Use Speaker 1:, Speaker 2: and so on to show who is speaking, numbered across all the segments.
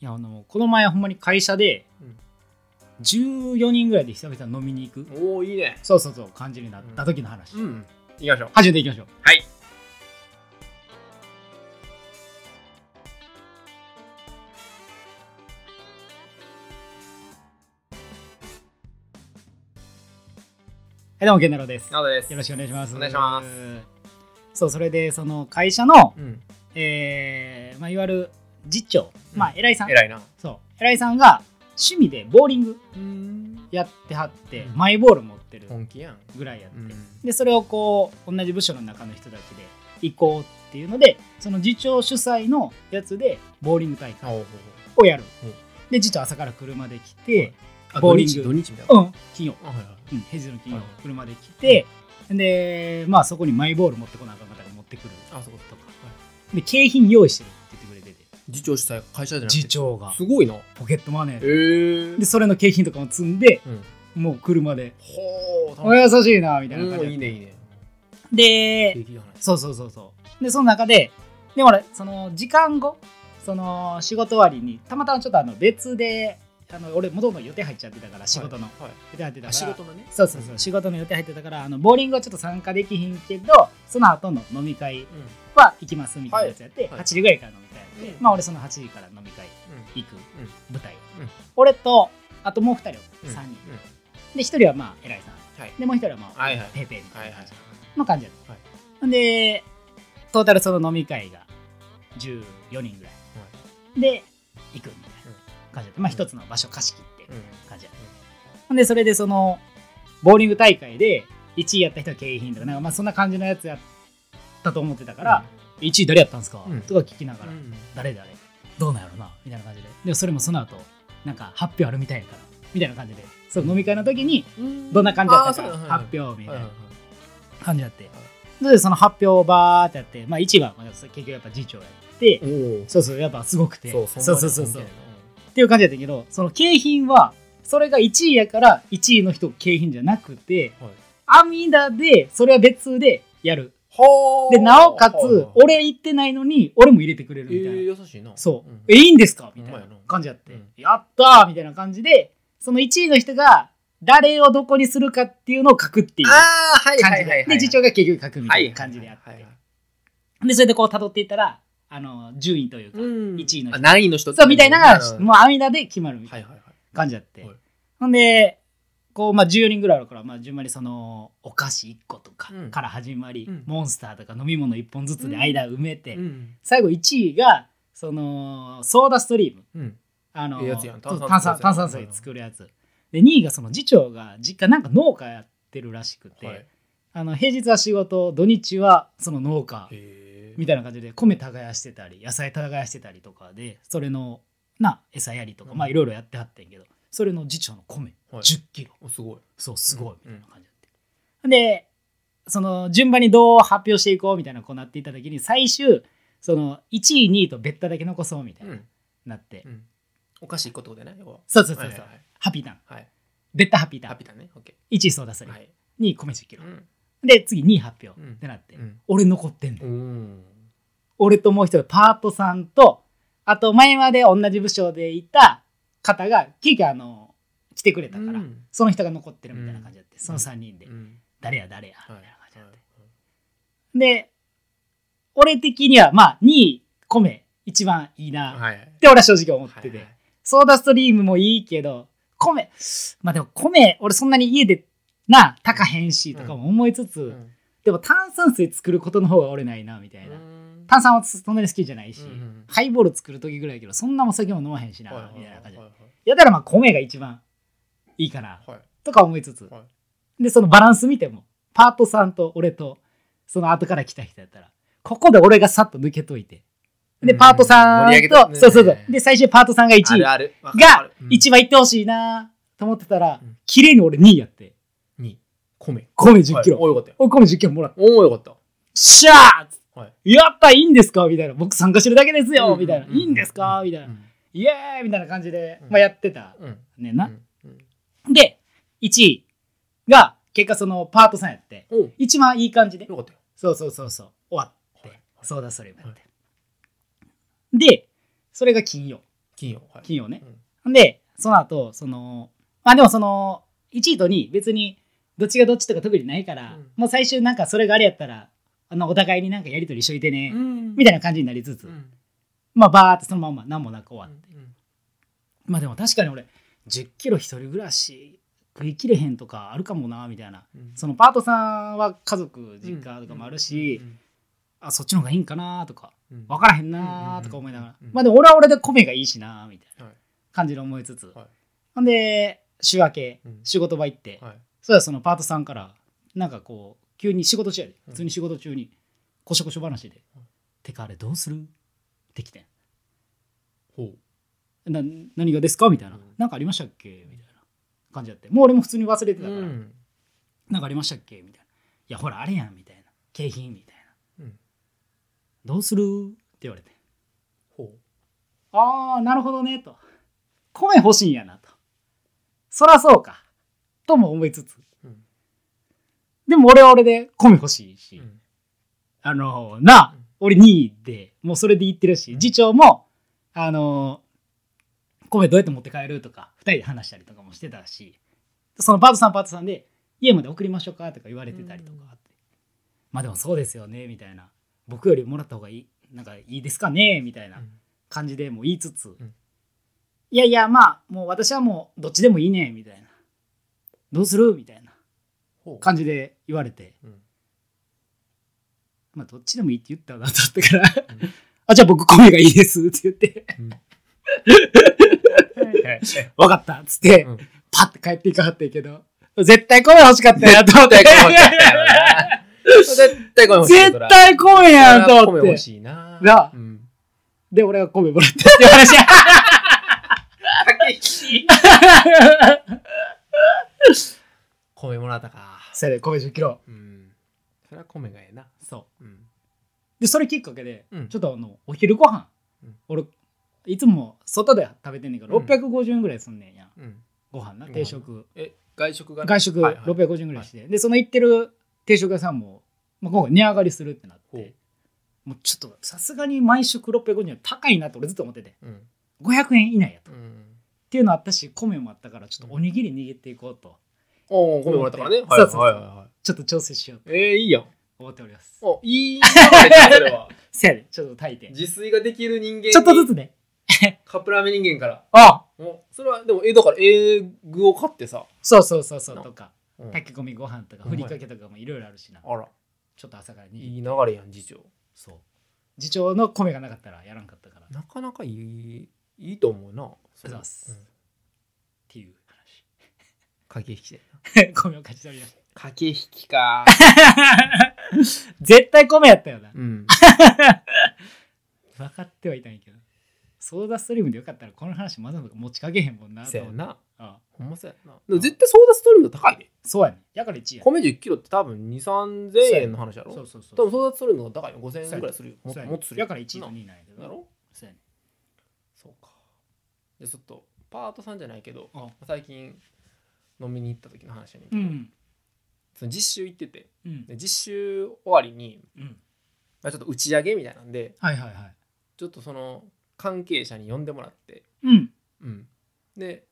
Speaker 1: いやあのこの前ほんまに会社で
Speaker 2: うん
Speaker 1: 14人ぐらいで久々に飲みに行く、
Speaker 2: おおいいね
Speaker 1: そうそうそう感じになった時の話、
Speaker 2: うん行きましょう
Speaker 1: 始めていきましょう
Speaker 2: はい
Speaker 1: はいどうも健太郎ですよ
Speaker 2: なおです
Speaker 1: ろしくお願いします
Speaker 2: お願いします
Speaker 1: そうそれでその会社の、
Speaker 2: うん
Speaker 1: えーまあ、いわゆる実長、
Speaker 2: うん
Speaker 1: まあ偉いさん
Speaker 2: 偉いな
Speaker 1: そう偉いさんが趣味でボーリング
Speaker 2: うん
Speaker 1: やってはって、
Speaker 2: うん
Speaker 1: マイボール持ってる
Speaker 2: 本気やん
Speaker 1: ぐらいやって、
Speaker 2: うん
Speaker 1: でそれをこう同じ部署の中の人たちで行こうっていうのでその次長主催のやつでボーリング大会
Speaker 2: おう
Speaker 1: をやる
Speaker 2: うん
Speaker 1: で次長朝から車で来て、
Speaker 2: あ
Speaker 1: ボウリング
Speaker 2: 土日土日みたいな
Speaker 1: うん金曜、
Speaker 2: あはいはい
Speaker 1: うん、平日の金曜
Speaker 2: はい
Speaker 1: 車で来てでまあそこにマイボール持ってこなあかん方が持ってくる
Speaker 2: あそうかそうか
Speaker 1: で景品用意してるって言ってくれてて
Speaker 2: 次長主催会社じゃなくて
Speaker 1: 次長が
Speaker 2: すごいな
Speaker 1: ポケットマネー
Speaker 2: え
Speaker 1: で
Speaker 2: ー
Speaker 1: でそれの景品とかも積んで
Speaker 2: うん
Speaker 1: もう車で
Speaker 2: ほ
Speaker 1: お
Speaker 2: う
Speaker 1: 優しいなみたいな感
Speaker 2: うん
Speaker 1: じ
Speaker 2: いい
Speaker 1: で
Speaker 2: ねいいね
Speaker 1: で
Speaker 2: 景気がない
Speaker 1: そうそうそうそう。で、その中で、でも俺、その時間後、その仕事終わりに、たまたまちょっとあの別で、あの俺、もともと予定入っちゃってたから、仕事の、
Speaker 2: はいはい
Speaker 1: 予定入ってたから、
Speaker 2: あ仕事のね
Speaker 1: そうそうそう、仕事の予定入ってたから、あのボーリングはちょっと参加できひんけど、その後の飲み会
Speaker 2: うん
Speaker 1: は行きますみたいなやつやって、
Speaker 2: はいはい
Speaker 1: 8時ぐらいから飲み会やって、
Speaker 2: うん
Speaker 1: まあ俺、その8時から飲み会
Speaker 2: うん
Speaker 1: 行く、舞台、
Speaker 2: うん
Speaker 1: 俺と、あともう2人、
Speaker 2: うん
Speaker 1: 3人。
Speaker 2: うん
Speaker 1: で、1人はまあ、偉いさん。
Speaker 2: はい
Speaker 1: で、もう1人はまあ、
Speaker 2: はいはい
Speaker 1: ペーペーみた
Speaker 2: はいい
Speaker 1: な
Speaker 2: は
Speaker 1: 感
Speaker 2: い
Speaker 1: じ。の感じやった、
Speaker 2: はい
Speaker 1: ほんでトータルその飲み会が14人ぐらい、で行くみたいな感じだったまあ
Speaker 2: うん
Speaker 1: 一つの場所貸し切って
Speaker 2: うん
Speaker 1: 感じやった、ほんでそれでそのボーリング大会で1位やった人は景品とかなんかまあそんな感じのやつやったと思ってたから、1位誰やったんですか、
Speaker 2: うん
Speaker 1: とか聞きなが
Speaker 2: う
Speaker 1: ら、
Speaker 2: ん
Speaker 1: 誰誰どうなんやろなみたいな感じででもそれもその後なんか発表あるみたいやからみたいな感じでその飲み会の時に
Speaker 2: うん
Speaker 1: どんな感じだった
Speaker 2: あ
Speaker 1: か
Speaker 2: ーそうだはい
Speaker 1: 発表みたいな
Speaker 2: はいはいはい
Speaker 1: 感じやって、それでその発表をバーってやって、まあ、1番、まあ、結局やっぱ次長やって、
Speaker 2: おお
Speaker 1: そうそうやっぱすごくて
Speaker 2: そう
Speaker 1: そうそうそうそう
Speaker 2: う
Speaker 1: っていう感じやったけどその景品はそれが1位やから1位の人景品じゃなくて網田でそれは別でやる
Speaker 2: ほ
Speaker 1: でなおかつ俺行ってないのに俺も入れてくれる
Speaker 2: え
Speaker 1: みたいな、
Speaker 2: ー優しいな
Speaker 1: そう、
Speaker 2: ん
Speaker 1: えいいんですかみたい
Speaker 2: ほん
Speaker 1: な
Speaker 2: まやな
Speaker 1: 感じやって、
Speaker 2: うん
Speaker 1: やったーみたいな感じでその1位の人が誰をどこにするかっていうのを書くっていう感
Speaker 2: ああはい
Speaker 1: じで、
Speaker 2: はいはいはい
Speaker 1: で次長が結局書くみた
Speaker 2: はいい
Speaker 1: な感じでやって、
Speaker 2: はいはいはい
Speaker 1: でそれでこう辿っていったらあの順位というか、
Speaker 2: うん
Speaker 1: 一位の人
Speaker 2: あ何位の人
Speaker 1: そうみたいな
Speaker 2: るほど
Speaker 1: もう網田で決まるみた
Speaker 2: はいい
Speaker 1: な
Speaker 2: はいはい
Speaker 1: 感じやって、
Speaker 2: はい
Speaker 1: ほんでこう、まあ、14人ぐらいあるから、まあ、順番にそのお菓子1個とか
Speaker 2: うん
Speaker 1: から始まり、
Speaker 2: うん
Speaker 1: モンスターとか飲み物1本ずつで間埋めて、
Speaker 2: うん
Speaker 1: 最後1位がそのソーダストリーム
Speaker 2: うん
Speaker 1: あの
Speaker 2: ええやつやん
Speaker 1: そう炭
Speaker 2: 炭
Speaker 1: 酸
Speaker 2: 酸
Speaker 1: 炭酸水作るやつで2位がその次長が実家なんか農家やってるらしくて、
Speaker 2: はい
Speaker 1: あの平日は仕事土日はその農家
Speaker 2: へー
Speaker 1: みたいな感じで米耕してたり野菜耕してたりとかでそれのな餌やりとか、
Speaker 2: うん
Speaker 1: まあいろいろやってはってんけどそれの次長の米
Speaker 2: はい
Speaker 1: 1 0キロ
Speaker 2: おすごい
Speaker 1: そうすごいみ
Speaker 2: う
Speaker 1: たい
Speaker 2: ん
Speaker 1: な感じだって、でその順番にどう発表していこうみたいなこうなっていった時に最終その1位2位と別タだけ残そうみたいうな、
Speaker 2: ん
Speaker 1: なって、
Speaker 2: うんお菓子一個ってことだよね要は
Speaker 1: そうそうそうそう、
Speaker 2: はいはいはい
Speaker 1: ハピータン
Speaker 2: はい
Speaker 1: 別タハピータン
Speaker 2: ハッピーだねオッケ
Speaker 1: 1位ソーダスト
Speaker 2: ー
Speaker 1: リーム、
Speaker 2: い
Speaker 1: 2位米1 0キロ、
Speaker 2: うん
Speaker 1: で次2位発表、
Speaker 2: うん
Speaker 1: ってなって、
Speaker 2: うん
Speaker 1: 俺残ってんねん
Speaker 2: うん
Speaker 1: 俺ともう一人パートさんとあと前まで同じ部署でいた方が急遽あの来てくれたから、
Speaker 2: うん
Speaker 1: その人が残ってるみたいな感じだって、その3人で、
Speaker 2: うん
Speaker 1: 誰や誰やみた
Speaker 2: は
Speaker 1: い
Speaker 2: いは
Speaker 1: ない感じだって、で俺的にはまあ2位米一番いいな、っ
Speaker 2: はいはい
Speaker 1: て俺は正直思ってて、
Speaker 2: はいはい
Speaker 1: ソーダストリームもいいけど米まあでも米俺そんなに家でな高へんしとかも思いつつ、
Speaker 2: うん
Speaker 1: でも炭酸水作ることの方が俺ないなみたいな、
Speaker 2: うん
Speaker 1: 炭酸はそんなに好きじゃないし、
Speaker 2: うんうん
Speaker 1: ハイボール作る時ぐらいやけどそんなお酒も飲まへんしな、
Speaker 2: はいはいはい
Speaker 1: みたいな感じで
Speaker 2: はい
Speaker 1: やだからまあ米が一番いいかな、
Speaker 2: いはい
Speaker 1: とか思いつつ、
Speaker 2: は
Speaker 1: でそのバランス見てもパートさんと俺とその後から来た人やったらここで俺がさっと抜けといてで
Speaker 2: うん
Speaker 1: パートさん
Speaker 2: 盛り上げ
Speaker 1: と、
Speaker 2: たね
Speaker 1: そうそうそうで最終パートさんが1
Speaker 2: あ
Speaker 1: 位
Speaker 2: るあるわかるわか
Speaker 1: が
Speaker 2: るうん
Speaker 1: 一番いってほしいなと思ってたら、
Speaker 2: うん
Speaker 1: 綺麗に俺2位やって
Speaker 2: に米
Speaker 1: 米1 0キロ、
Speaker 2: はいおよかったよ
Speaker 1: お米1 0キロもらって
Speaker 2: おおよかった
Speaker 1: しゃー、
Speaker 2: はい
Speaker 1: やったいいんですかみたいな僕参加してるだけですよ、みたいな、
Speaker 2: うう
Speaker 1: いいんですかみたいな、
Speaker 2: うん
Speaker 1: イエーイみたいな感じで、
Speaker 2: うん
Speaker 1: まあ、やってた
Speaker 2: うん
Speaker 1: ねんな、
Speaker 2: うんうん
Speaker 1: で1位が結果そのパートさんやって
Speaker 2: おう
Speaker 1: 一番いい感じで
Speaker 2: よかったよ
Speaker 1: そうそうそうそう終わって、
Speaker 2: はい
Speaker 1: そうだそれもやって、
Speaker 2: は
Speaker 1: でそれが金曜
Speaker 2: 金曜はい
Speaker 1: 金曜ね
Speaker 2: う。ん
Speaker 1: で、その後、その、まあでもその、1位と2位、別にどっちがどっちとか特にないから、
Speaker 2: うん
Speaker 1: もう最終なんかそれがあれやったら、あの、お互いになんかやりとりしといてね、
Speaker 2: うん
Speaker 1: みたいな感じになりつつ、
Speaker 2: うん
Speaker 1: まあバーってそのまんま何もなく終わって。
Speaker 2: うん
Speaker 1: まあでも確かに俺、10キロ一人暮らし食い切れへんとかあるかもな、みたいな。
Speaker 2: うん
Speaker 1: そのパートさんは家族、実家とかもあるし、
Speaker 2: うん
Speaker 1: あ、そっちの方がいいんかなとか、
Speaker 2: うん
Speaker 1: 分からへんなーとか思いながら、
Speaker 2: うんうん
Speaker 1: まあでも俺は俺で米がいいしなーみたいな
Speaker 2: はい
Speaker 1: 感じで思いつつ、
Speaker 2: はい
Speaker 1: ほんで週明け
Speaker 2: うん
Speaker 1: 仕事場行って、
Speaker 2: はい
Speaker 1: そしたらそのパートさんからなんかこう急に仕事中やで
Speaker 2: うん
Speaker 1: 普通に仕事中にこしょこしょ話で
Speaker 2: うん
Speaker 1: 「てかあれどうする?」ってきて
Speaker 2: ほうん
Speaker 1: な何がですか?」みたいな
Speaker 2: うん
Speaker 1: 「なんかありましたっけ?」みたいな感じやってもう俺も普通に忘れてたから「
Speaker 2: うん
Speaker 1: なんかありましたっけ?」みたいな「いやほらあれやん」みたいな「景品」みたいな
Speaker 2: うん
Speaker 1: 「どうする?」って言われて
Speaker 2: ほ
Speaker 1: ああ、なるほどね、と。米欲しいんやな、と。そらそうか。とも思いつつ。
Speaker 2: ううん
Speaker 1: でも俺は俺で米欲しいし、
Speaker 2: うん
Speaker 1: あのーなあ
Speaker 2: うん、
Speaker 1: 俺2位で、もうそれで言ってるし、
Speaker 2: うん
Speaker 1: 次長も、あのー米どうやって持って帰るとか、2人で話したりとかもしてたし、そのパートさんパートさんで、家まで送りましょうかとか言われてたりとかあって、まあでもそうですよね、みたいな。僕よりもらった方がいい、なんかいいですかね、みたいな。感じでもう言いつつ、
Speaker 2: ん
Speaker 1: いやいやまあもう私はもうどっちでもいいねみたいなどうするみたいな
Speaker 2: ほう
Speaker 1: 感じで言われて、
Speaker 2: うん
Speaker 1: まあ、どっちでもいいって言ったなと思ったから、
Speaker 2: うん
Speaker 1: あじゃあ僕米がいいですって言って
Speaker 2: うん
Speaker 1: 分かったっつって、
Speaker 2: うん
Speaker 1: パッて帰っていかはってんけど絶対米欲しかったやと思って
Speaker 2: 絶対米欲しかったやろな絶対米欲しいよそ
Speaker 1: 絶
Speaker 2: ら
Speaker 1: 対米やんと思
Speaker 2: 米
Speaker 1: って
Speaker 2: 欲しいな
Speaker 1: なあ
Speaker 2: うん
Speaker 1: で俺が米もらったっていう 話や
Speaker 2: 米もらったか
Speaker 1: それで米1 0キロ
Speaker 2: うんそれは米がええな
Speaker 1: そう
Speaker 2: うん
Speaker 1: でそれきっかけで、
Speaker 2: うん
Speaker 1: ちょっとあのお昼ご飯、
Speaker 2: うん
Speaker 1: 俺いつも外で食べてんねんけど、
Speaker 2: うん
Speaker 1: 650円ぐらいすんねんや
Speaker 2: うん
Speaker 1: ご飯な
Speaker 2: ご飯
Speaker 1: 定食
Speaker 2: え外食が
Speaker 1: 外食
Speaker 2: はいはい
Speaker 1: 650円ぐらいして、でその行ってる定食屋さんも、まあ、今回値上がりするってなっ
Speaker 2: ほう
Speaker 1: てもうちょっとさすがに毎食650円高いなって俺ずっと思ってて
Speaker 2: うん
Speaker 1: 500円以内やと、
Speaker 2: う
Speaker 1: っ
Speaker 2: ん
Speaker 1: ていうのあったし米もあったからちょっとおにぎり握っていこうと
Speaker 2: おお米もらったからね
Speaker 1: そうそうそう
Speaker 2: はいはいはいはい
Speaker 1: ちょっと調整しようと
Speaker 2: えーいいやん
Speaker 1: 思っております
Speaker 2: おいい流れだねそ れは
Speaker 1: せやでちょっと炊いて
Speaker 2: 自炊ができる人間に
Speaker 1: ちょっとずつね
Speaker 2: カップラーメン人間から
Speaker 1: あ
Speaker 2: おそれはでもえだからえー具を買ってさ
Speaker 1: そうそうそうそうとか
Speaker 2: うん
Speaker 1: 炊き込みご飯とか
Speaker 2: うん
Speaker 1: ふりかけとかもいろいろあるしな、
Speaker 2: あら
Speaker 1: ちょっと朝からに
Speaker 2: いい流れやん次長
Speaker 1: そう次長の米がなかったらやらんかったからっ
Speaker 2: なかなかいいいいと思うなそ
Speaker 1: ありがとうござ
Speaker 2: れ
Speaker 1: います
Speaker 2: うん
Speaker 1: ていう
Speaker 2: 駆け引き
Speaker 1: 話
Speaker 2: で
Speaker 1: 米を勝ち取りまし
Speaker 2: 駆け引き か
Speaker 1: た絶対米やったよな
Speaker 2: うん
Speaker 1: 分かってはいたんやけどソーダストリームでよかったらこの話まだまだ持ちかけへんもんな
Speaker 2: そ
Speaker 1: と
Speaker 2: や
Speaker 1: 思って
Speaker 2: な
Speaker 1: ああ
Speaker 2: ほんまそうやなでも絶対ソーダストリーム高いね
Speaker 1: そうやねやから1位や
Speaker 2: 米1 0キロって多分2 3 0 0円の話やろ
Speaker 1: そうそうそう
Speaker 2: 多分ソーダストリームの方が高いよ5000円ぐらいするよも
Speaker 1: そうやね
Speaker 2: もっとするよ
Speaker 1: やから1位と2位なんやけど
Speaker 2: なだろ
Speaker 1: そうやね
Speaker 2: そうかでちょっとパートさんじゃないけど
Speaker 1: あ
Speaker 2: 最近飲みに行った時の話やねんけ
Speaker 1: う
Speaker 2: ど、
Speaker 1: ん
Speaker 2: その実習行ってて
Speaker 1: うん
Speaker 2: で実習終わりに、
Speaker 1: うん
Speaker 2: まあ、ちょっと打ち上げみたいなんで
Speaker 1: はいはいはい
Speaker 2: ちょっとその関係者に呼んでもらって
Speaker 1: うん
Speaker 2: うん、で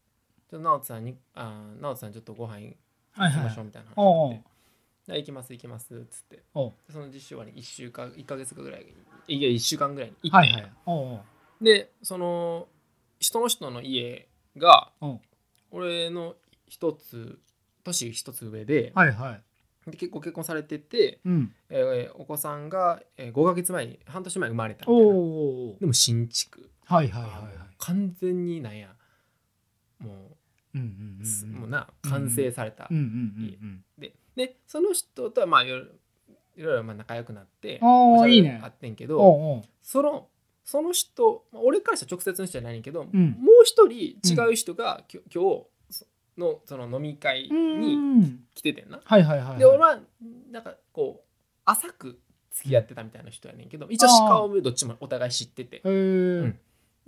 Speaker 2: ちょっと直人さんに「あー直人さんちょっとご飯行き
Speaker 1: はいはい
Speaker 2: ま
Speaker 1: は
Speaker 2: しょう」
Speaker 1: い
Speaker 2: みたいな話
Speaker 1: おう
Speaker 2: になってで行きます行きます」っつってで
Speaker 1: おう
Speaker 2: その実習はね1週間1か月ぐらいいや1週間ぐらいに行って、
Speaker 1: はいはいおうおう
Speaker 2: でその人の人の家が
Speaker 1: うん
Speaker 2: 俺の一つ年一つ上で,、
Speaker 1: はいはい
Speaker 2: で結構結婚されてて、
Speaker 1: うん
Speaker 2: えーお子さんが、え5か月前に半年前に生まれたみ
Speaker 1: お
Speaker 2: た
Speaker 1: うお
Speaker 2: いな
Speaker 1: うおう
Speaker 2: でも新築、
Speaker 1: はいはいはい
Speaker 2: あ
Speaker 1: は
Speaker 2: ーもう
Speaker 1: い
Speaker 2: 完全になんやも
Speaker 1: う
Speaker 2: う
Speaker 1: ん
Speaker 2: す
Speaker 1: うん
Speaker 2: も
Speaker 1: う
Speaker 2: うんな完成された、
Speaker 1: うんうん
Speaker 2: ででその人とはまあいろいろいろいろまあ仲良くなって
Speaker 1: おー
Speaker 2: まあそれ
Speaker 1: いいね
Speaker 2: あってんけ
Speaker 1: うんうん。
Speaker 2: ど
Speaker 1: おうおう
Speaker 2: そのその人まあ俺からしたら直接の人じゃないねんけど、
Speaker 1: ん
Speaker 2: もう一人違う人が、きょ今日そのその飲み会
Speaker 1: う
Speaker 2: に
Speaker 1: ん。
Speaker 2: 来ててんな、
Speaker 1: はいはいはいはい。
Speaker 2: で俺はなんかこう浅く付き合ってたみたいな人やねんけど一応
Speaker 1: あー
Speaker 2: 顔もどっちもお互い知ってて
Speaker 1: へー
Speaker 2: ん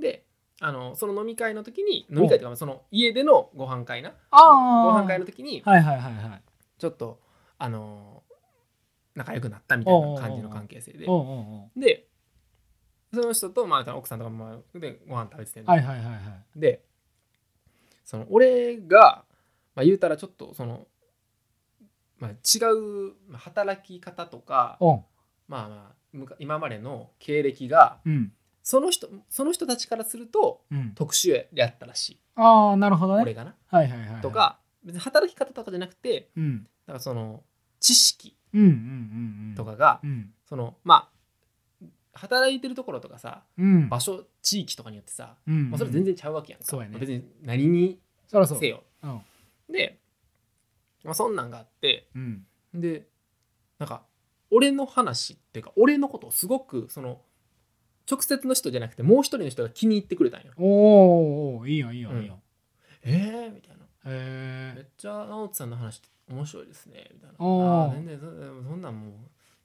Speaker 2: であのその飲み会の時に飲み会というかその家でのご飯会な
Speaker 1: あ
Speaker 2: ご
Speaker 1: あ。
Speaker 2: 飯会の時に
Speaker 1: はいはいはいはい。
Speaker 2: ちょっとあのー仲良くなったみたいな感じの関係性で
Speaker 1: おうおうおう
Speaker 2: でその人と、まあ、奥さんとかもまあでご飯食べてて、
Speaker 1: はいはいはいはい。
Speaker 2: でその俺が、まあ、言うたらちょっとその、まあ、違うまあ働き方とか、
Speaker 1: おん。
Speaker 2: まあまあむか今までの経歴が
Speaker 1: うん。
Speaker 2: その人その人たちからすると
Speaker 1: うん。
Speaker 2: 特殊やったらしい、
Speaker 1: ああ、なるほどね。
Speaker 2: 俺がな。
Speaker 1: はいはいはいはい。
Speaker 2: と。か別に働き方とかじゃなくて
Speaker 1: うん。
Speaker 2: なんかその知識
Speaker 1: うんうんうんうん。
Speaker 2: と。かが、
Speaker 1: うん。
Speaker 2: そのまあ働いてるところとかさ
Speaker 1: うん。
Speaker 2: 場所地域とかによってさ、
Speaker 1: うん。
Speaker 2: まあ、それ全。然ちゃうわけやんか、
Speaker 1: そうやね
Speaker 2: 別に何に
Speaker 1: そらそう
Speaker 2: せ。よ
Speaker 1: うん。
Speaker 2: で、まあ、そんなんがあって
Speaker 1: うん。
Speaker 2: でなんか俺の話っていうか俺のことをすごくその直接の人じゃなくてもう一人の人が気に入ってくれたんよ。
Speaker 1: おーおーいいよいいよ
Speaker 2: うん
Speaker 1: いいよ。
Speaker 2: えー、みたいな。
Speaker 1: へ
Speaker 2: めっ
Speaker 1: え。
Speaker 2: ちゃ直人さんの話って面白いですねみたいな。
Speaker 1: おー
Speaker 2: あー全然そそんなんもう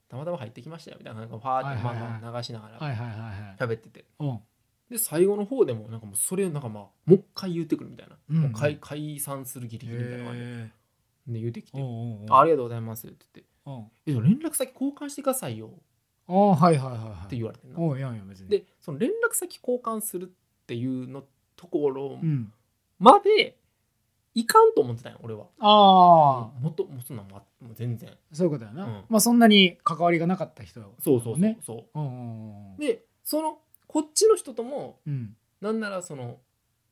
Speaker 2: たまたま入ってきましたよみたいななんかファーってま
Speaker 1: はいはいはい
Speaker 2: あまあ流しなが
Speaker 1: は
Speaker 2: ら
Speaker 1: いはいはいはい。
Speaker 2: 喋ってて。
Speaker 1: おん。
Speaker 2: で最後の方でもなんかもうそれをなんかまあもう一回言ってくるみたいな、
Speaker 1: うん
Speaker 2: もう解解散するギリギリみたいな感じで
Speaker 1: へえ。
Speaker 2: で言ってきて
Speaker 1: お
Speaker 2: あ
Speaker 1: んおん
Speaker 2: 「あ
Speaker 1: れ。
Speaker 2: りがとうございます」って言って
Speaker 1: おん。
Speaker 2: 「えじゃあ連絡先交換してくださいよ」
Speaker 1: ああ、はいはいはいはい。
Speaker 2: って言われてんな
Speaker 1: おういやいや別に。、
Speaker 2: でその連絡先交換するっていうのところ
Speaker 1: うん。
Speaker 2: までいかんと思ってたんよ俺は
Speaker 1: ああ、
Speaker 2: もっともうそんなんもう全然
Speaker 1: そういうことやな。
Speaker 2: うん
Speaker 1: まあそんなに関わりがなかった人。
Speaker 2: そうそうそう、
Speaker 1: ね
Speaker 2: そ
Speaker 1: うんうんうん
Speaker 2: う。でそのこっちの人とも
Speaker 1: うん。
Speaker 2: なんならその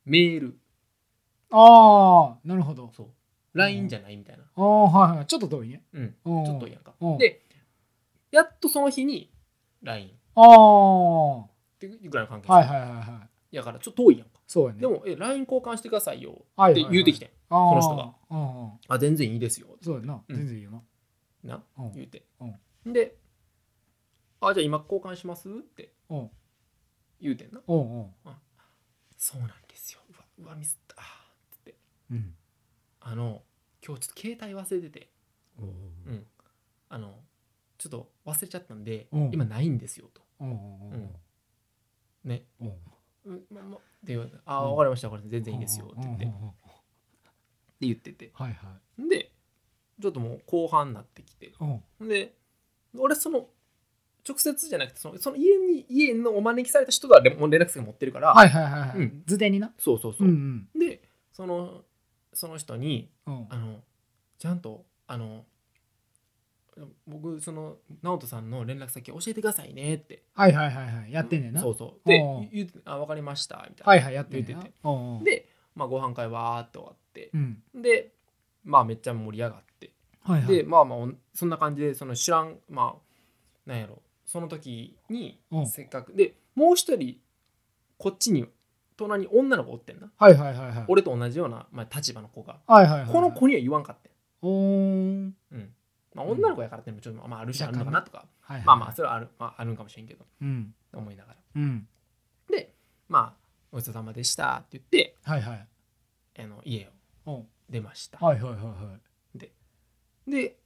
Speaker 2: メール
Speaker 1: ああ、なるほど。
Speaker 2: そう LINE じゃないみたいな、
Speaker 1: ああ、はいはい。ちょっと遠いね。
Speaker 2: うん、
Speaker 1: ちょ
Speaker 2: ちょっといいやんか
Speaker 1: うん。
Speaker 2: で、やっとその日に LINE っ
Speaker 1: ああ、は
Speaker 2: ていうぐらいの関係
Speaker 1: いはいはいはい。
Speaker 2: やからちょっと遠いやんか。
Speaker 1: そうやね。
Speaker 2: でも、え、LINE 交換してくださいよ
Speaker 1: はいは
Speaker 2: っ
Speaker 1: い
Speaker 2: て
Speaker 1: はい
Speaker 2: 言うてきてん。
Speaker 1: こ
Speaker 2: の人が。
Speaker 1: うんうん。
Speaker 2: あ、全然いいですよ。
Speaker 1: そうやな。
Speaker 2: うん
Speaker 1: 全然いいよな。
Speaker 2: な、
Speaker 1: うん
Speaker 2: 言うて。で、あ、じゃあ今交換しますって
Speaker 1: うん
Speaker 2: 言うてんな。
Speaker 1: うんうん
Speaker 2: そうなんですよ。うわ、うわミスった。あーって言っ
Speaker 1: う
Speaker 2: て。
Speaker 1: ん。
Speaker 2: あの、今日ちょっと携帯忘れてて、
Speaker 1: うん
Speaker 2: うん。あの、ちょっと忘れちゃったんで、
Speaker 1: うん
Speaker 2: 今ないんですよと。
Speaker 1: うんうん
Speaker 2: ね。
Speaker 1: うん。
Speaker 2: うんまま、で言われてあー、
Speaker 1: うん
Speaker 2: わかりました、これ全然いいですよって
Speaker 1: うんう
Speaker 2: 言
Speaker 1: んう
Speaker 2: っ
Speaker 1: ん
Speaker 2: て。って言ってて
Speaker 1: はいはい。
Speaker 2: でちょっともう後半になってきて
Speaker 1: うん
Speaker 2: で俺その直接じゃなくてそのその家に家のお招きされた人が連もう連絡先持ってるから、
Speaker 1: はいはいはいは
Speaker 2: う
Speaker 1: い
Speaker 2: ん。
Speaker 1: 図でにな。
Speaker 2: そうそう
Speaker 1: う
Speaker 2: そう、
Speaker 1: ん
Speaker 2: でそのその人に
Speaker 1: うんうん
Speaker 2: あのちゃんとあの僕その直人さんの連絡先教えてくださいねって
Speaker 1: はいはいはいはい。やってんねんな。
Speaker 2: そうそうで
Speaker 1: うん
Speaker 2: 言うてあ分かりましたみたいな、
Speaker 1: はいはい、やってんねん
Speaker 2: 言う
Speaker 1: な
Speaker 2: てて。
Speaker 1: うんうん。
Speaker 2: で、まあ、ご飯会わーっと終わって
Speaker 1: うん。
Speaker 2: でまあめっちゃ盛り上がって
Speaker 1: はいはい。
Speaker 2: でまあまあおんそんな感じでその知らんまあなんやろその時に
Speaker 1: うん
Speaker 2: せっかくでもう一人こっちに隣に女の子おってんな
Speaker 1: はいはいはいはい。
Speaker 2: 俺と同じような、まあ、立場の子が
Speaker 1: はいはいはいはい。
Speaker 2: この子には言わんかって
Speaker 1: おーん。
Speaker 2: ん、うんまあ、女の子やからってのもちょっと、まあ、あるしあるのかなとか
Speaker 1: はいはい。
Speaker 2: まあまあそれはある,、まあ、あるんかもしれんけど
Speaker 1: うん。
Speaker 2: 思いながら
Speaker 1: うん。
Speaker 2: まあごちそうさまでしたって言って
Speaker 1: はいはい。
Speaker 2: あの家を
Speaker 1: うん。
Speaker 2: 出ました、
Speaker 1: はいはいはいはい。
Speaker 2: で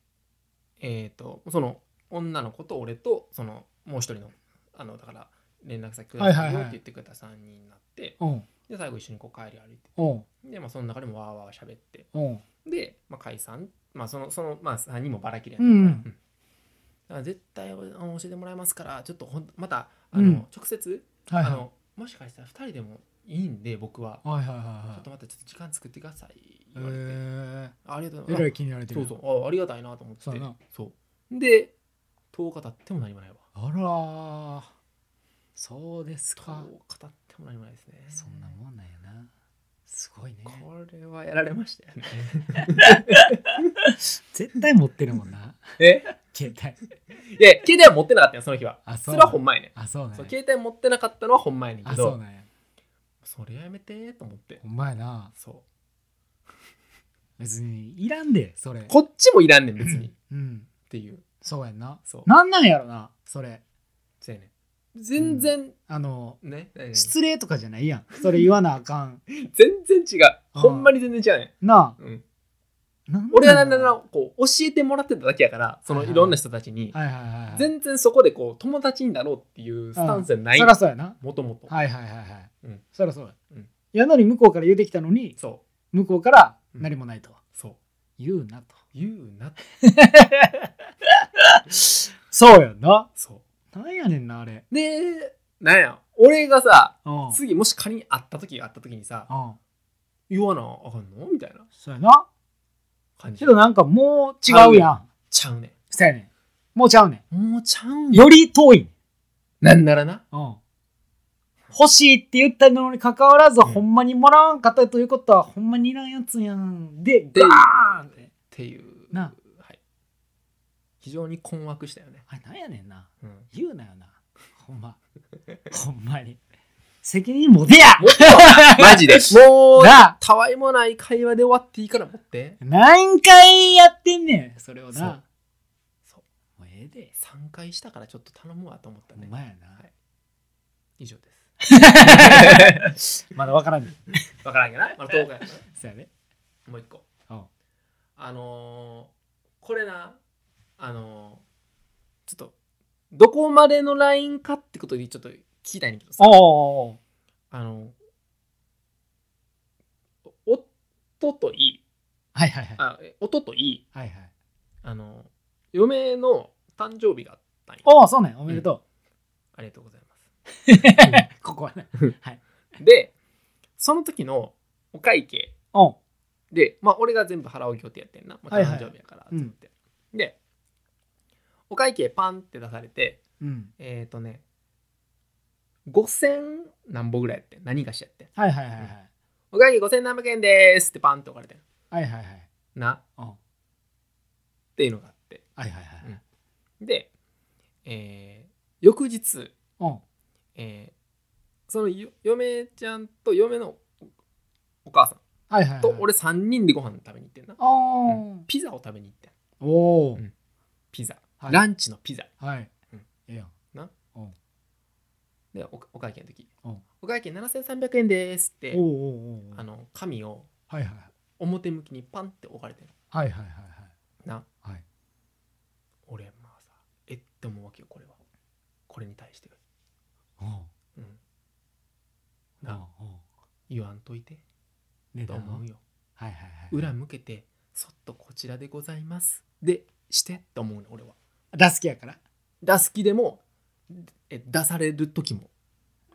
Speaker 2: えっ、とその女の子と俺とそのもう一人のあのだから連絡先くださいよって言ってくれた3人になって、
Speaker 1: うん。
Speaker 2: で最後一緒にこう帰り歩いて
Speaker 1: うん。
Speaker 2: で、まあ、その中でもわーわー喋って
Speaker 1: うん。
Speaker 2: で、まあ、解散まあそのその、まあ、3人もばらきりや
Speaker 1: う
Speaker 2: ったから、
Speaker 1: ん。
Speaker 2: だから絶対あの教えてもらえますからちょっとほんまたあの、
Speaker 1: うん
Speaker 2: 直接、
Speaker 1: はい
Speaker 2: あ
Speaker 1: はい。
Speaker 2: のもしかしたら2人でもいいんで僕は、
Speaker 1: はいはいはい
Speaker 2: ちょっと
Speaker 1: はい。
Speaker 2: またちょっと時間作ってください
Speaker 1: え
Speaker 2: 言われて、ありがとうご
Speaker 1: ー、え
Speaker 2: ざい
Speaker 1: ら
Speaker 2: ま
Speaker 1: い気になれて
Speaker 2: す
Speaker 1: る。
Speaker 2: そうそうあありがたいなと思って
Speaker 1: そうやな
Speaker 2: そうで10日経っても何もないわ
Speaker 1: あらーそうです
Speaker 2: 10
Speaker 1: か。
Speaker 2: 日経っても何もないですね
Speaker 1: そんなもんなんやな。すごいね。
Speaker 2: これはやられましたよね
Speaker 1: 絶対持ってるもんな。
Speaker 2: え
Speaker 1: 携帯。
Speaker 2: いや携帯は持ってなかったよその日は
Speaker 1: あ、
Speaker 2: そ
Speaker 1: そう
Speaker 2: れ
Speaker 1: なん
Speaker 2: は
Speaker 1: や。
Speaker 2: ほんまやね
Speaker 1: あ、そうなん
Speaker 2: そう
Speaker 1: や。
Speaker 2: 携帯持ってなかったのはほんまやねんけ
Speaker 1: あ、そう
Speaker 2: ど
Speaker 1: なんや。
Speaker 2: それはやめてーと思って
Speaker 1: ほんまやな。
Speaker 2: そ
Speaker 1: 別にいらんで、それ
Speaker 2: う。こっちもいらんねん別にっ
Speaker 1: うん。
Speaker 2: ていう
Speaker 1: そうやんな。
Speaker 2: そう
Speaker 1: なんなんやろな、それ。
Speaker 2: そうやねん全然
Speaker 1: あの、
Speaker 2: ね何々
Speaker 1: 失礼とかじゃないやん。それ言わなあかん。
Speaker 2: 全然違う
Speaker 1: うん
Speaker 2: ほんまに全然違うね
Speaker 1: なあ。
Speaker 2: んうん
Speaker 1: なん
Speaker 2: 俺はなん
Speaker 1: だ
Speaker 2: だろうこう教えてもらってただけやからその
Speaker 1: はいはい
Speaker 2: いろんな人たちに
Speaker 1: はいはいはいはい。
Speaker 2: 全然そこでこう友達になろうっていうスタンスじゃない
Speaker 1: そらそうやな。
Speaker 2: もともと
Speaker 1: はいはいはいはい。
Speaker 2: うん
Speaker 1: そらそうや。
Speaker 2: うん
Speaker 1: やのに向こうから言うてきたのに、
Speaker 2: そ
Speaker 1: 向こうから
Speaker 2: うん
Speaker 1: 何もないと。
Speaker 2: うそう
Speaker 1: 言うなと。
Speaker 2: 言うな
Speaker 1: そうやんな。
Speaker 2: そ
Speaker 1: なんやねんな、あれ。
Speaker 2: うでなんや俺がさ
Speaker 1: うん。うん。
Speaker 2: 次もし仮に会った時があった時にさ言わなあかんのみたいな
Speaker 1: そうやな。
Speaker 2: 感じ
Speaker 1: けどなんかもう違うやん。
Speaker 2: ちゃうね
Speaker 1: そうやねん。もうちゃうね
Speaker 2: んもうちゃう
Speaker 1: ん。
Speaker 2: んよ
Speaker 1: より遠いねん。
Speaker 2: なんならな
Speaker 1: うん。欲しいって言ったのに関わらず、
Speaker 2: うん
Speaker 1: ほんまにもらわんかったということは、ほんまにいらんやつやん。で、
Speaker 2: で
Speaker 1: ガーンって。
Speaker 2: っていう
Speaker 1: な
Speaker 2: はい、非常に困惑したよね、
Speaker 1: あれなんやねんな。
Speaker 2: うん、
Speaker 1: 言うなよな。ほん ま。ほんまに。責任持てや
Speaker 2: もっとマジでもう
Speaker 1: な
Speaker 2: たわいもない会話で終わっていいから持って
Speaker 1: 何回やってんねん、それをな。
Speaker 2: そう
Speaker 1: もうええで。
Speaker 2: 3回したからちょっと頼むわと思った
Speaker 1: お
Speaker 2: ね
Speaker 1: 前や
Speaker 2: はい以上です
Speaker 1: な。まだわからんねん。
Speaker 2: 分からんけどなまだ10日やからな
Speaker 1: そうやね。
Speaker 2: もう一個
Speaker 1: うん。
Speaker 2: あのーこれなあのーちょっとどこまでのラインかってことでちょっと聞きたいんだけどさ
Speaker 1: おうおうおう
Speaker 2: あのおととい
Speaker 1: はいはいはい。
Speaker 2: あえおととい
Speaker 1: はいはい。
Speaker 2: あの嫁の誕生日があったんよ
Speaker 1: おお、そうねん。おめでと
Speaker 2: ありがとうございま
Speaker 1: う。ここはね。
Speaker 2: すでその時のお会計
Speaker 1: おう
Speaker 2: でまあ俺が全部払う予定やってんな、まあ、
Speaker 1: はいはい
Speaker 2: 誕生日やからって言って、でお会計パンって出されて
Speaker 1: うん。
Speaker 2: えっ、ー、とね5000何本ぐらいやってん何がしやってん
Speaker 1: はいはいはいはい。
Speaker 2: お会計5000何百円でーすってパンって置かれてん
Speaker 1: はいはいはい。
Speaker 2: なっ
Speaker 1: うん。
Speaker 2: ていうのがあって
Speaker 1: はいはいはい。
Speaker 2: でえー翌日
Speaker 1: うん。
Speaker 2: えーそのよ嫁ちゃんと嫁のお母さん
Speaker 1: はいはいはい。
Speaker 2: と。俺3人でご飯食べに行ってんな、
Speaker 1: ああ。
Speaker 2: ピザを食べに行ってん
Speaker 1: おお
Speaker 2: うん。ピザ、
Speaker 1: はい
Speaker 2: ランチのピザ
Speaker 1: はい
Speaker 2: うん。
Speaker 1: ええやん。
Speaker 2: な
Speaker 1: うん。
Speaker 2: でおお会計の時、
Speaker 1: うん
Speaker 2: お会計7300円ですって
Speaker 1: おおおお。
Speaker 2: あの紙を
Speaker 1: はいはい。
Speaker 2: 表向きにパンって置かれてる
Speaker 1: はいはいはいはい。
Speaker 2: な
Speaker 1: はい。
Speaker 2: 俺まあさえって思うわけよこれはこれに対して、
Speaker 1: おお。
Speaker 2: うん、な
Speaker 1: おお。
Speaker 2: 言わんといて
Speaker 1: ね
Speaker 2: と思うよ
Speaker 1: はいはいはい。
Speaker 2: 裏向けてそっとこちらでございますでしてって思うの俺は
Speaker 1: 出す気やから。
Speaker 2: 出す気でもえ出される時も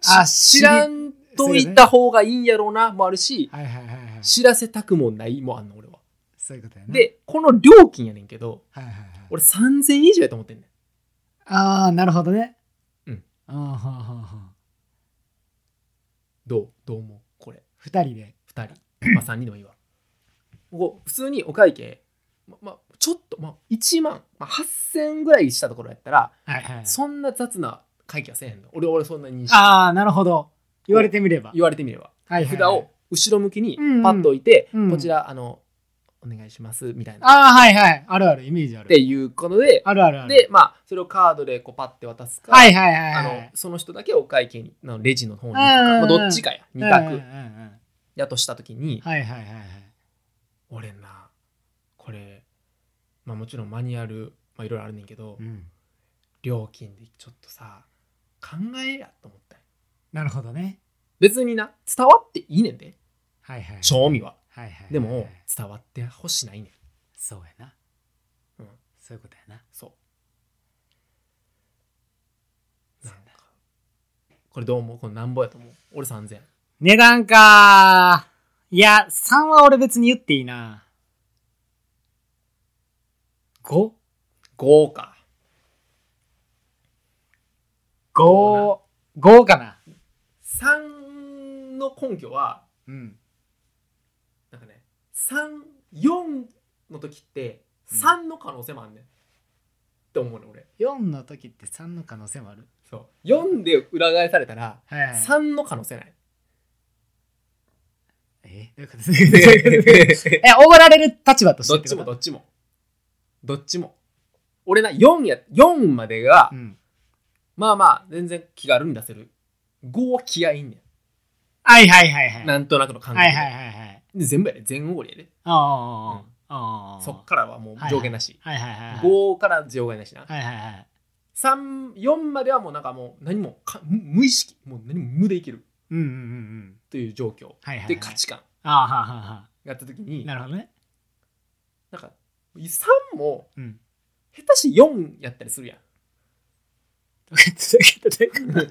Speaker 1: あ
Speaker 2: 知らんといた方がいいんやろうなもあるし
Speaker 1: はいはいはいはい。
Speaker 2: 知らせたくもないもあんの俺は
Speaker 1: そういうことやな。、
Speaker 2: でこの料金やねんけど
Speaker 1: はいはいはい。
Speaker 2: 俺3000円以上やと思ってんねん
Speaker 1: ああ、なるほどね。
Speaker 2: うん。
Speaker 1: ああ、はあはあはあ。
Speaker 2: どうどう思うこれ
Speaker 1: 二人で。
Speaker 2: 2人まあ3人でもいいわこう普通にお会計ままあちょっと、まあ、1万、まあ、8000ぐらいしたところやったら
Speaker 1: はいはいはい。
Speaker 2: そんな雑な会計はせえへんの俺俺そんな認識
Speaker 1: ああ、なるほど。言われてみれば。
Speaker 2: 言われてみれば
Speaker 1: はいはいはい
Speaker 2: 札を後ろ向きに
Speaker 1: うんうん
Speaker 2: パッと置いて、
Speaker 1: うん
Speaker 2: こちらあのお願いしますみたいなっ
Speaker 1: ああ、はいはい。あるある、イメージある。
Speaker 2: ていうことで
Speaker 1: あるあるある。
Speaker 2: で、まあそれをカードでこうパッて渡すか、
Speaker 1: はいはいはいは
Speaker 2: あ
Speaker 1: い。
Speaker 2: のその人だけお会計にのレジの方に行く
Speaker 1: うん
Speaker 2: か、
Speaker 1: うんうん
Speaker 2: まあ、どっちかや
Speaker 1: うん
Speaker 2: 2
Speaker 1: うんうんう
Speaker 2: 択
Speaker 1: ん
Speaker 2: やとした時に、
Speaker 1: はいはいはいはい。
Speaker 2: 俺なこれ、まあ、もちろんマニュアル、まあ、いろいろあるねんけど、
Speaker 1: うん
Speaker 2: 料金でちょっとさ考えやと思ったんよ
Speaker 1: なるほどね。
Speaker 2: 別にな伝わっていいねんで
Speaker 1: はいはい。
Speaker 2: 賞味は
Speaker 1: はいはいはい。
Speaker 2: でも伝わってほしないねん
Speaker 1: そうやな。
Speaker 2: うん
Speaker 1: そういうことやな。
Speaker 2: そう。なんかこれどう思うこれなんぼやと思う俺3000。
Speaker 1: 値段かいや、3は俺別に言っていいな。5?5?
Speaker 2: 5か。
Speaker 1: 5, 5かな。
Speaker 2: 3の根拠は、
Speaker 1: うん。
Speaker 2: なんかね、3、4の時って3の可能性もあんねん。って思うね俺。
Speaker 1: 4の時って3の可能性もある。
Speaker 2: そう。4で裏返されたら、
Speaker 1: はいはい。
Speaker 2: 3の可能性 ない。
Speaker 1: えどういうことですかえ、おごられる立場として
Speaker 2: ど
Speaker 1: っ
Speaker 2: ってち
Speaker 1: こと
Speaker 2: もどっちも。どっちも。俺な、4や、4までが、
Speaker 1: うん。
Speaker 2: まあまあ、全然気軽に出せる。5は気合いんねん。
Speaker 1: はいはいはいはい。
Speaker 2: なんとなくの感覚
Speaker 1: は
Speaker 2: で
Speaker 1: いはいはいはい。
Speaker 2: で全部やで全合理やで
Speaker 1: ああ、ああああ。
Speaker 2: そっからはもう上限なし、
Speaker 1: はいはいはいはい。
Speaker 2: 5から上限なしな、
Speaker 1: はいはいはい。
Speaker 2: 三四4まではもうなんかもう何もか無無意識もう何も無でいける
Speaker 1: うんうんうんうん。
Speaker 2: という状況
Speaker 1: はいはい、はい。
Speaker 2: で価。値観
Speaker 1: ああ、はあはあは
Speaker 2: やった時に
Speaker 1: あ。なるほどね。
Speaker 2: なんか3も
Speaker 1: うん。
Speaker 2: 下手し4やったりするやん
Speaker 1: どういうことどうい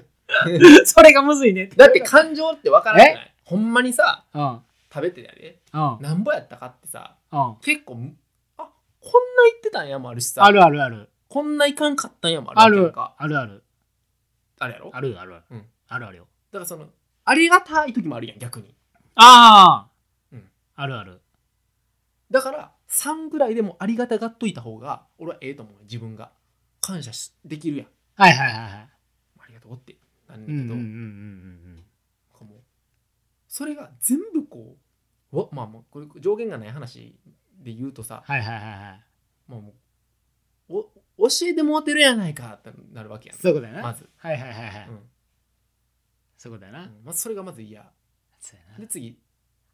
Speaker 1: うことそれがむずいねって。
Speaker 2: だって感情ってわからんくないほんまにさ
Speaker 1: うん、うん、
Speaker 2: 食べてやで
Speaker 1: うん。
Speaker 2: なんぼやったかってさ
Speaker 1: あ
Speaker 2: 結構あこんな言ってたんやもあるしさ
Speaker 1: るあるある。
Speaker 2: こんないかんかったんやもあ
Speaker 1: あ
Speaker 2: るやん
Speaker 1: る
Speaker 2: か
Speaker 1: あるある。
Speaker 2: あれやろ
Speaker 1: あるあるある。
Speaker 2: うん
Speaker 1: あるあるよ。
Speaker 2: だからそのありがたい時もあるやん逆に
Speaker 1: ああ、
Speaker 2: うん
Speaker 1: あるある。
Speaker 2: だから3ぐらいでもありがたがっといた方が俺はええと思う自分が感謝しできるやん
Speaker 1: はいはいはいはい。
Speaker 2: ありがとうってなんだ
Speaker 1: う
Speaker 2: け
Speaker 1: ん
Speaker 2: ど、
Speaker 1: うんうんうん
Speaker 2: なんかもうそれが全部こうわまあもうこれ上限がない話で言うとさ、
Speaker 1: はいはいはいはい。
Speaker 2: まあ、もうお教えてもうてるやないかってなるわけやん
Speaker 1: そういうことやな。
Speaker 2: まず、
Speaker 1: はいはいはいは
Speaker 2: う
Speaker 1: い
Speaker 2: ん。
Speaker 1: そういうことや
Speaker 2: う
Speaker 1: な。
Speaker 2: んまずそれがまず嫌
Speaker 1: そうや
Speaker 2: で次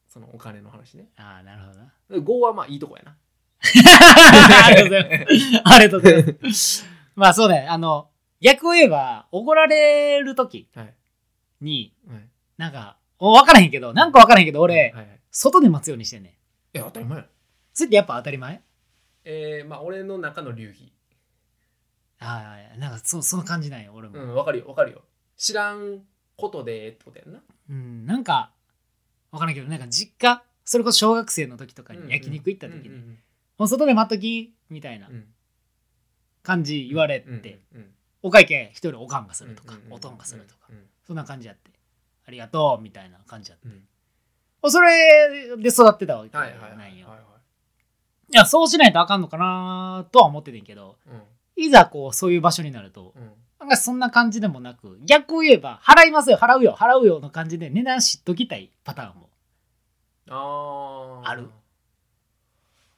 Speaker 2: そのお金の話ね
Speaker 1: な。ああ、なるほどな。
Speaker 2: 5はまあいいとこやな
Speaker 1: ありがとうございます。ありがとうございます。まあそうだよ。あの、逆を言えば、怒られる時
Speaker 2: はい
Speaker 1: に、
Speaker 2: はい
Speaker 1: なんか、お分からへんけど、なんか分からへんけど、俺、
Speaker 2: はいはい、
Speaker 1: 外で待つようにしてんねん。
Speaker 2: いや当たり前や
Speaker 1: それってやっぱ当たり前
Speaker 2: えー、まあ俺の中の流儀
Speaker 1: ああ、なんかそその感じなんよ、俺
Speaker 2: う
Speaker 1: も。
Speaker 2: んわかるよわかるよ知らんことでってことやんな
Speaker 1: うん、なんか、分からんけど、なんか実家、それこそ小学生の時とか
Speaker 2: うんうん
Speaker 1: に焼肉行った時
Speaker 2: う
Speaker 1: に、
Speaker 2: ん
Speaker 1: もう外で待っとき、みたいな
Speaker 2: うんうん
Speaker 1: 感じ言われ
Speaker 2: うん
Speaker 1: て、
Speaker 2: うんうん
Speaker 1: お会計一人おかんがするとか
Speaker 2: うんうんう、ん
Speaker 1: おとんがするとか
Speaker 2: う、ん
Speaker 1: そんな感じやって、ありがとう、みたいな感じやって
Speaker 2: う。ん
Speaker 1: もうそれで育ってたわけ
Speaker 2: はいはいはい
Speaker 1: な
Speaker 2: はい
Speaker 1: んよ。
Speaker 2: はい
Speaker 1: や、そうしないとあかんのかなとは思っててんけど、
Speaker 2: いうん
Speaker 1: いざこう、そういう場所になると、
Speaker 2: うん
Speaker 1: なんかそんな感じでもなく、逆を言えば、払いますよ、払うよ、払うよの感じで値段知っときたいパターンも。
Speaker 2: あー
Speaker 1: ある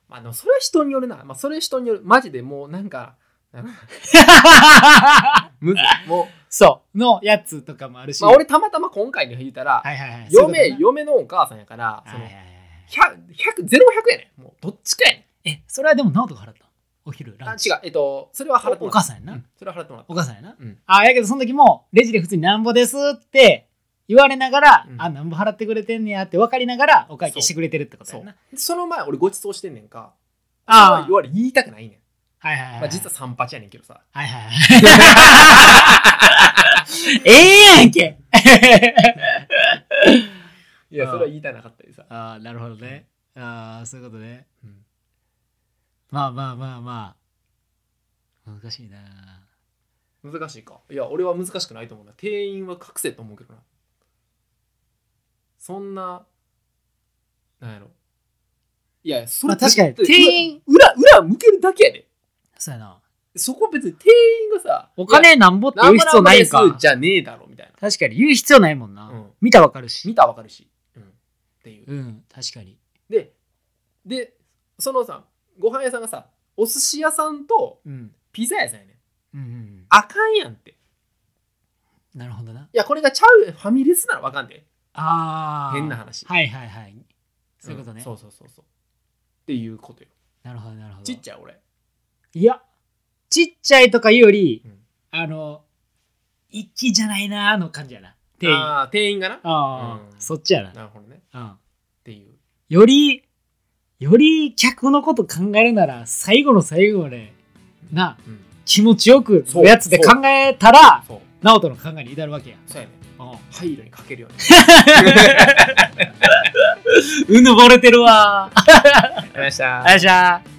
Speaker 2: まあでもそれは人によるな、まあ、それは人によるマジでもうなんかなんか むずい も
Speaker 1: そう、のやつとかもあるし。
Speaker 2: う、まあ、俺たまたま今回に言ったら、
Speaker 1: はいはいはい。そう
Speaker 2: 嫁
Speaker 1: いうこ
Speaker 2: 嫁のお母さんやから
Speaker 1: と
Speaker 2: そ
Speaker 1: な
Speaker 2: の
Speaker 1: はいはいはいはい
Speaker 2: 100 100 0100やねんもうどっちかやね
Speaker 1: え、それはでも何とか払ったのお昼、
Speaker 2: んあ
Speaker 1: ランチ。
Speaker 2: 違うえっとそれは払って
Speaker 1: おお
Speaker 2: もら
Speaker 1: 母
Speaker 2: っ
Speaker 1: さんやん
Speaker 2: た
Speaker 1: な。
Speaker 2: うんそれは払ってもらった
Speaker 1: お母さんやな。
Speaker 2: うん
Speaker 1: あやけど、その時も、レジで普通になんぼですって言われながら、
Speaker 2: うん
Speaker 1: あ、なんぼ払ってくれてんねやって分かりながら、お会計してくれてるってこと
Speaker 2: そ
Speaker 1: や
Speaker 2: う
Speaker 1: な。
Speaker 2: その前俺ごちそうしてんねんか
Speaker 1: ああ
Speaker 2: ああ言われ言いたくないねん、
Speaker 1: はいはいはい。
Speaker 2: まあ、実は三八やねんけどさ
Speaker 1: はいはいはい。 ええやんけ
Speaker 2: いやそれは言いたなかったりさ、
Speaker 1: ああ、なるほどね。ああ、そういうことね。
Speaker 2: うん
Speaker 1: まあまあまあまあ。難しいな。
Speaker 2: 難しいかいや俺は難しくないと思うな店員は隠せと思うけどなそんななんやろいやいやそれ、
Speaker 1: まあ確かに
Speaker 2: だって
Speaker 1: 店員
Speaker 2: 裏裏裏向けるだけやで
Speaker 1: そうやな。
Speaker 2: そこ別に店員がさ
Speaker 1: お金なんぼって言う必要ないん
Speaker 2: ん
Speaker 1: か。
Speaker 2: じゃねえだろみたい
Speaker 1: 確かに言う必要ないもんな。
Speaker 2: な、うん、
Speaker 1: 見たらわかるし。
Speaker 2: 見たらわかるし、うん、っていう
Speaker 1: うん、確かに。
Speaker 2: ででそのさご飯屋さんがさお寿司屋さんと
Speaker 1: うん。
Speaker 2: ピザ屋さんやねん
Speaker 1: うんうん
Speaker 2: あかんやんってい
Speaker 1: うん。なるほどな。
Speaker 2: やこれがちゃうファミレスならわかんで
Speaker 1: ああ。
Speaker 2: 変な話
Speaker 1: はいはいはい。そういうことね。
Speaker 2: んそうそうそうそうっていうことよ
Speaker 1: なるほどなるほど。
Speaker 2: ちっちゃい俺
Speaker 1: いや、ちっちゃいとかいうより、
Speaker 2: うん
Speaker 1: あの、一気じゃないなーの感じやな。店員。あ
Speaker 2: ああ店員がな
Speaker 1: あ、
Speaker 2: うん
Speaker 1: そっちやな。
Speaker 2: なるほどね
Speaker 1: うん。
Speaker 2: っていう
Speaker 1: より、より客のこと考えるなら、最後の最後まで、な、
Speaker 2: うん
Speaker 1: 気持ちよく、
Speaker 2: そう
Speaker 1: おやつで考えたら、
Speaker 2: そう
Speaker 1: 直人の考えに至るわけや。
Speaker 2: そうやね
Speaker 1: うん
Speaker 2: 配慮にかけるよね
Speaker 1: うぬぼれてるわー。
Speaker 2: ありがとうございました
Speaker 1: あいしゃー。